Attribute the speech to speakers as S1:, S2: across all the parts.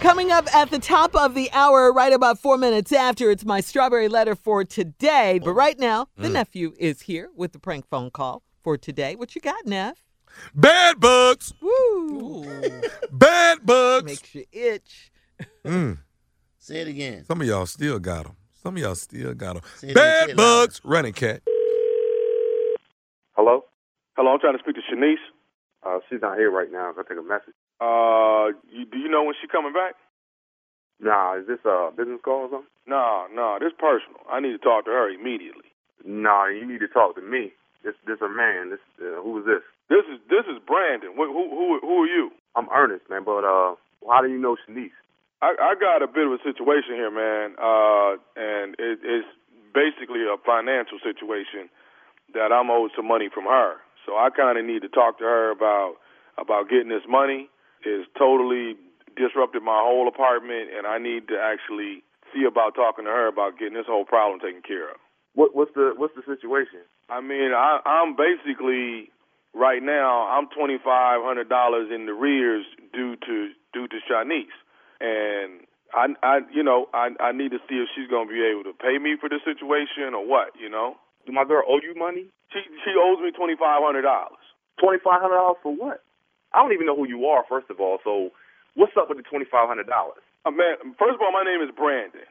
S1: Coming up at the top of the hour, right about four minutes after, it's my strawberry letter for today. But right now, the nephew is here with the prank phone call for today. What you got, Neff?
S2: Bad bugs.
S1: Woo!
S2: Bad bugs.
S1: Makes you itch.
S2: Mm,
S3: Say it again.
S2: some of y'all still got them. Some of y'all still got
S3: Say
S2: them.
S3: it
S2: Bad
S3: again,
S2: bugs. Running cat.
S4: Hello? Hello, I'm trying to speak to Shanice. Uh, she's not here right now. I take a message. Uh, you, do you know when she coming back? Nah, is this a business call or something? Nah, nah, this personal. I need to talk to her immediately. Nah, you need to talk to me. This, this a man. This, uh, who is this? This is this is Brandon. Wh- Who, who, who are you? I'm Ernest, man. But uh, how do you know Shanice? I, I got a bit of a situation here, man. Uh, and it, it's basically a financial situation that I'm owed some money from her. So I kind of need to talk to her about about getting this money. It's totally disrupted my whole apartment, and I need to actually see about talking to her about getting this whole problem taken care of.
S5: What, what's the what's the situation?
S4: I mean, I, I'm basically right now I'm twenty five hundred dollars in the rears due to due to Shanice, and I, I you know I I need to see if she's gonna be able to pay me for this situation or what, you know.
S5: Do my girl owe you money?
S4: She she owes me twenty five hundred dollars.
S5: Twenty five hundred dollars for what? I don't even know who you are, first of all. So what's up with the twenty five hundred dollars?
S4: Uh, man, first of all, my name is Brandon.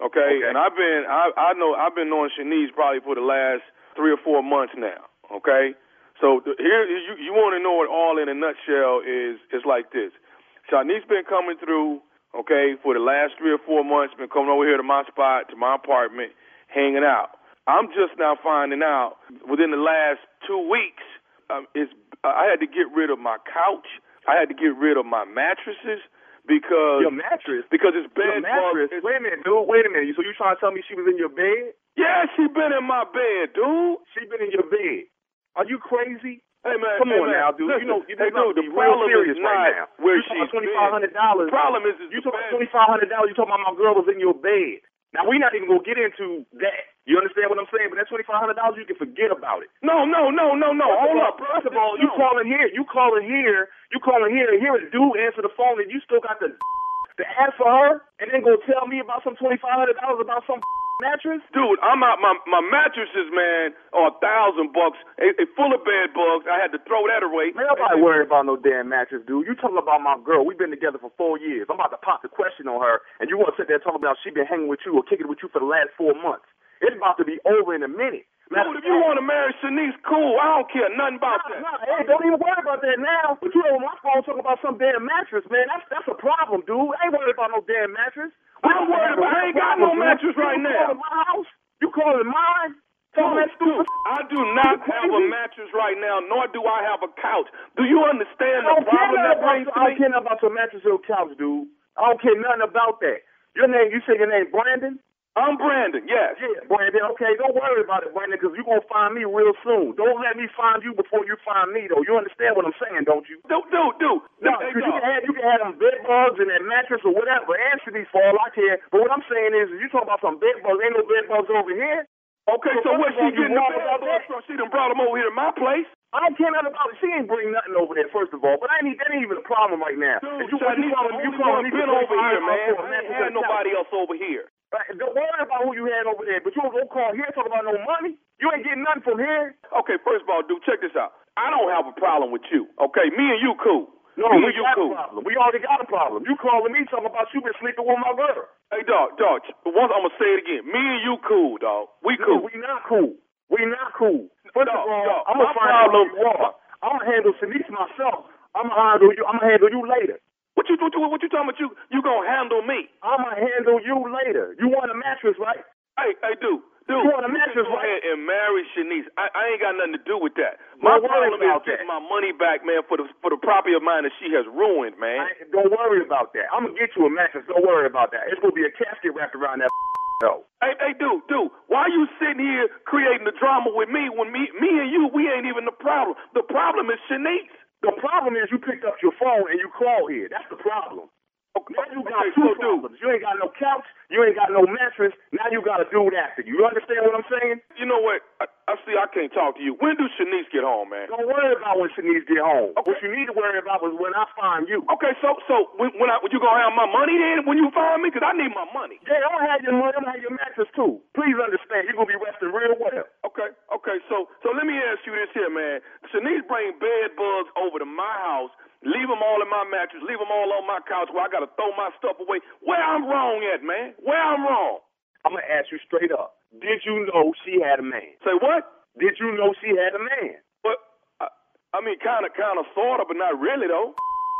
S4: Okay,
S5: Okay.
S4: and I've been I I know I've been knowing Shanice probably for the last three or four months now. Okay, so th- here you you want to know it all in a nutshell is it's like this. Shanice been coming through. Okay, for the last three or four months, been coming over here to my spot to my apartment, hanging out. I'm just now finding out within the last two weeks. Um, it's I had to get rid of my couch. I had to get rid of my mattresses because
S5: Your mattress.
S4: because it's
S5: Your
S4: bed
S5: mattress.
S4: bugs.
S5: Wait a minute, dude. Wait a minute. So you trying to tell me she was in your bed?
S4: Yeah, she been in my bed, dude.
S5: She been in your bed. Are you crazy?
S4: Hey man,
S5: Come
S4: hey,
S5: on
S4: man.
S5: now, dude. you
S4: Listen,
S5: know, you
S4: hey,
S5: know
S4: dude, the
S5: be
S4: problem
S5: real serious
S4: is
S5: right
S4: not
S5: now.
S4: where
S5: you talking
S4: she's
S5: twenty five hundred dollars.
S4: The problem is, is
S5: you
S4: the
S5: talking
S4: bed-
S5: twenty five hundred dollars. You talking about my girl was in your bed. Now we're not even gonna get into that. You understand what I'm saying? But that twenty five hundred dollars, you can forget about it.
S4: No, no, no, no, no.
S5: First of
S4: Hold
S5: all-
S4: up, bro.
S5: First of all, you
S4: No.
S5: calling here, you calling here, you calling here, and here a dude answer the phone, and you still got the to ask for her, and then go tell me about some twenty five hundred dollars about some mattress.
S4: Dude, I'm out. My my mattresses, man, are a thousand bucks. They, they full of bed bugs. I had to throw that away.
S5: Man, I'm not worried about no damn mattress, dude. You talking about my girl? We've been together for four years. I'm about to pop the question on her, and you want to sit there talking about she been hanging with you or kicking with you for the last four months? It's about to be over in a minute. Matter of
S4: Dude, if you
S5: fact-
S4: want to marry Shanice, cool. I don't care nothing about
S5: Nah,
S4: that.
S5: nah, hey, don't even worry about that now. But you on my phone talking about some damn mattress, man. That's that's a problem, dude. I ain't worried about no damn mattress.
S4: I don't worry about- I ain't got no mattress right
S5: you
S4: now.
S5: Calling my house? You calling mine? Tell
S4: Dude,
S5: that stupid.
S4: dude, I do not
S5: You
S4: have a
S5: crazy?
S4: mattress right now, nor do I have a couch. Do you
S5: I
S4: understand the
S5: don't care
S4: problem
S5: nothing
S4: that
S5: about
S4: brings
S5: your- I
S4: to me?
S5: don't care nothing about your mattress or couch, dude. I don't care nothing about that. Your name? You say your name Brandon?
S4: I'm Brandon. Yes.
S5: Yeah, Brandon. Okay, don't worry about it, Brandon, because you gonna find me real soon. Don't let me find you before you find me, though. You understand what I'm saying, don't you?
S4: Dude, dude, dude.
S5: No, 'cause
S4: Hey,
S5: you
S4: dog.
S5: can have you can have them bed bugs and that mattress or whatever. Answer these for all I care. But what I'm saying is, you talking about some bed bugs? Ain't no bed bugs over here.
S4: Okay, so
S5: what
S4: where she getting the bed
S5: about that?
S4: bugs from? She done brought them over here to my place.
S5: I don't care nothing about it. She ain't bring nothing over there, first of all. But I ain't that ain't even a problem right now.
S4: Dude,
S5: If you, if you
S4: Shanice,
S5: calling,
S4: the
S5: you calling me
S4: only one
S5: for
S4: been over here,
S5: $25
S4: man.
S5: for a mattress
S4: I ain't
S5: and
S4: had
S5: a couch.
S4: nobody else over here.
S5: Right, Don't worry about who you had over there. But you don't call here talking about no money. You ain't getting nothing from here.
S4: Okay, first of all, dude, check this out. I don't have a problem with you. Okay, me and you cool.
S5: No, we
S4: me and you
S5: got
S4: cool.
S5: a problem. We already got a problem. You calling me talking about you been sleeping with my girl.
S4: Hey, dog, dog. Once I'm gonna say it again. Me and you cool, dog. We cool.
S5: We not cool. We not cool. First
S4: No,
S5: of all,
S4: no,
S5: I'm gonna
S4: my
S5: find out who
S4: problem-
S5: you are. I'm gonna handle Shanice myself. I'm gonna handle you. I'm gonna handle you later.
S4: What you what you what you talking about? You you gonna handle me?
S5: I'm gonna handle you later. You want a mattress, right?
S4: Hey, hey, dude. Dude,
S5: You want a
S4: can
S5: mattress,
S4: go
S5: right?
S4: ahead and marry Shanice. I, I ain't got nothing to do with that. My
S5: Don't worry
S4: problem is
S5: about
S4: getting
S5: that.
S4: my money back, man, for the for the property of mine that she has ruined, man.
S5: I, don't worry about that. I'm gonna get you a mattress. Don't worry about that. It's gonna be a casket wrapped around that. No.
S4: Hey, hey, dude, dude, why you sitting here creating the drama with me when me, me and you, we ain't even the problem. The problem is Shanice.
S5: The problem is you picked up your phone and you called here. That's the problem.
S4: O-
S5: Now you got two problems. You ain't got no couch. You ain't got no mattress. Now you got a dude after you. You understand what I'm saying?
S4: You know what? I, I see. I can't talk to you. When do Shanice get home, man?
S5: Don't worry about when Shanice get home. What you need to worry about is when I find you.
S4: Okay, so so when, when I when you gonna have my money then when you find me? Cause I need my money.
S5: Yeah, I'm gonna have your money. I'm gonna have your mattress too. Please understand, you're gonna be resting real well.
S4: Okay, okay. So so let me ask you this here, man. Shanice bring bed bugs over to my house. Leave them all in my mattress. Leave them all on my couch where I gotta throw my stuff away. Where I'm wrong at, man? Where I'm wrong?
S5: I'm gonna ask you straight up. Did you know she had a man?
S4: Say what?
S5: Did you know she had a man?
S4: But I, I mean, kind of, kind of, sort of, but not really though.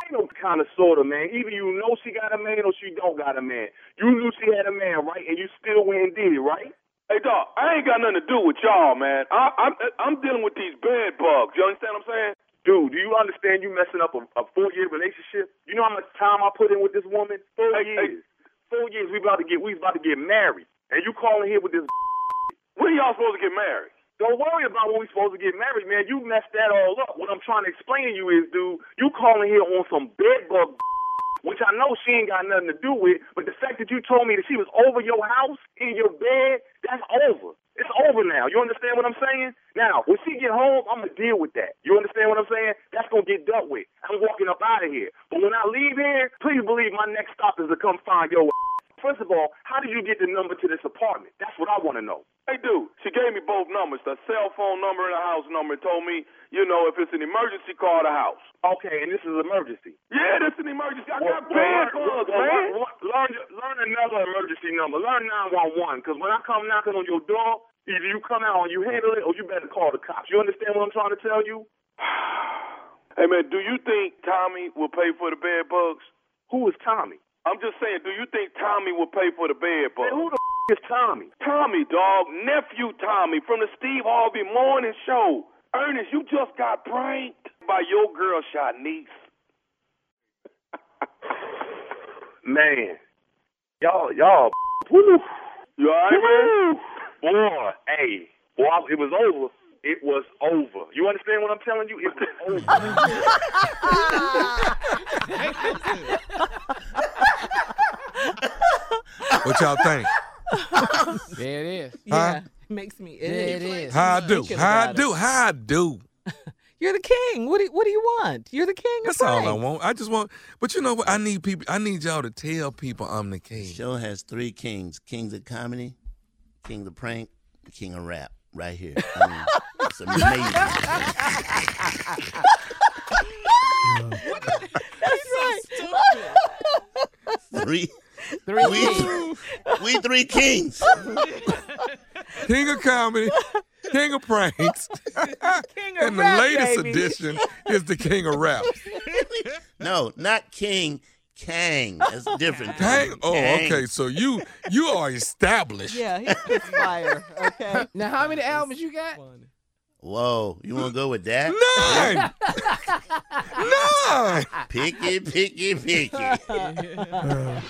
S5: ain't no kind of sort of man. Either you know she got a man or she don't got a man. You knew she had a man, right? And you still went and did it, right?
S4: Hey, dog, I ain't got nothing to do with y'all, man. I, I'm I'm dealing with these bed bugs. You understand what I'm saying?
S5: Dude, do you understand you messing up a, a four year relationship? You know how much time I put in with this woman? Four
S4: Hey, hey.
S5: years. Four years. We about to get we about to get married, and you calling here with this.
S4: When y'all supposed to get married?
S5: Don't worry about when we supposed to get married, man. You messed that all up. What I'm trying to explain to you is, dude, you calling here on some bedbug, which I know she ain't got nothing to do with, but the fact that you told me that she was over your house in your bed, that's over. It's over now. You understand what I'm saying? Now, when she get home, I'm gonna deal with that. You understand what I'm saying? That's gonna get dealt with. I'm walking up out of here. But when I leave here, please believe my next stop is to come find your. First of all, how did you get the number to this apartment? That's what I want to know.
S4: Hey, dude, she gave me both numbers, the cell phone number and the house number, and told me, you know, if it's an emergency, call the house.
S5: Okay, and this is emergency.
S4: Yeah, that's an emergency. I
S5: learn,
S4: got bed bugs,
S5: well,
S4: man.
S5: learn- learn, learn another emergency number. Learn 911, because when I come knocking on your door, either you come out and you handle it, or you better call the cops. You understand what I'm trying to tell you?
S4: Hey, man, do you think Tommy will pay for the bed bugs?
S5: Who is Tommy?
S4: I'm just saying, do you think Tommy will pay for the
S5: Man,
S4: bed bugs?
S5: who the f- is Tommy?
S4: Tommy, dog, nephew Tommy from the Steve Harvey Morning Show. Ernest, you just got pranked by your girl Shanice.
S5: Man, y'all, y'all, woo,
S4: You all right, man?
S5: woo. boy, hey, boy, I- it was over. It was over. You understand what I'm telling you? It was over.
S2: What y'all think?
S3: There it is.
S1: Yeah, it makes me
S3: There it
S1: itch.
S3: is.
S2: How I do?
S1: Thinking
S2: How I
S1: about
S2: do? How I do?
S1: You're the king. What do you, what do you want? You're the king.
S2: That's
S1: of
S2: all I
S1: pranks.
S2: want. I just want. But you know what? I need people. I need y'all to tell people I'm the
S6: The
S2: king.
S6: show has three kings: kings of comedy, king of prank, and king of rap. Right here, I mean, it's amazing.
S1: That's right.
S6: Three,
S3: Three kings.
S6: we, we three kings.
S2: King of comedy, king of pranks,
S1: King of
S2: and the
S1: rap,
S2: latest
S1: baby.
S2: edition is the king of rap.
S6: No, not king, Kang. That's different.
S2: Dang. Oh,
S6: Kang.
S2: okay. So you you are established.
S1: Yeah, he's this fire. Okay.
S3: Now, how many albums you got?
S6: Whoa, you want to go with that?
S2: Nine. Nine.
S6: Picky, picky, picky.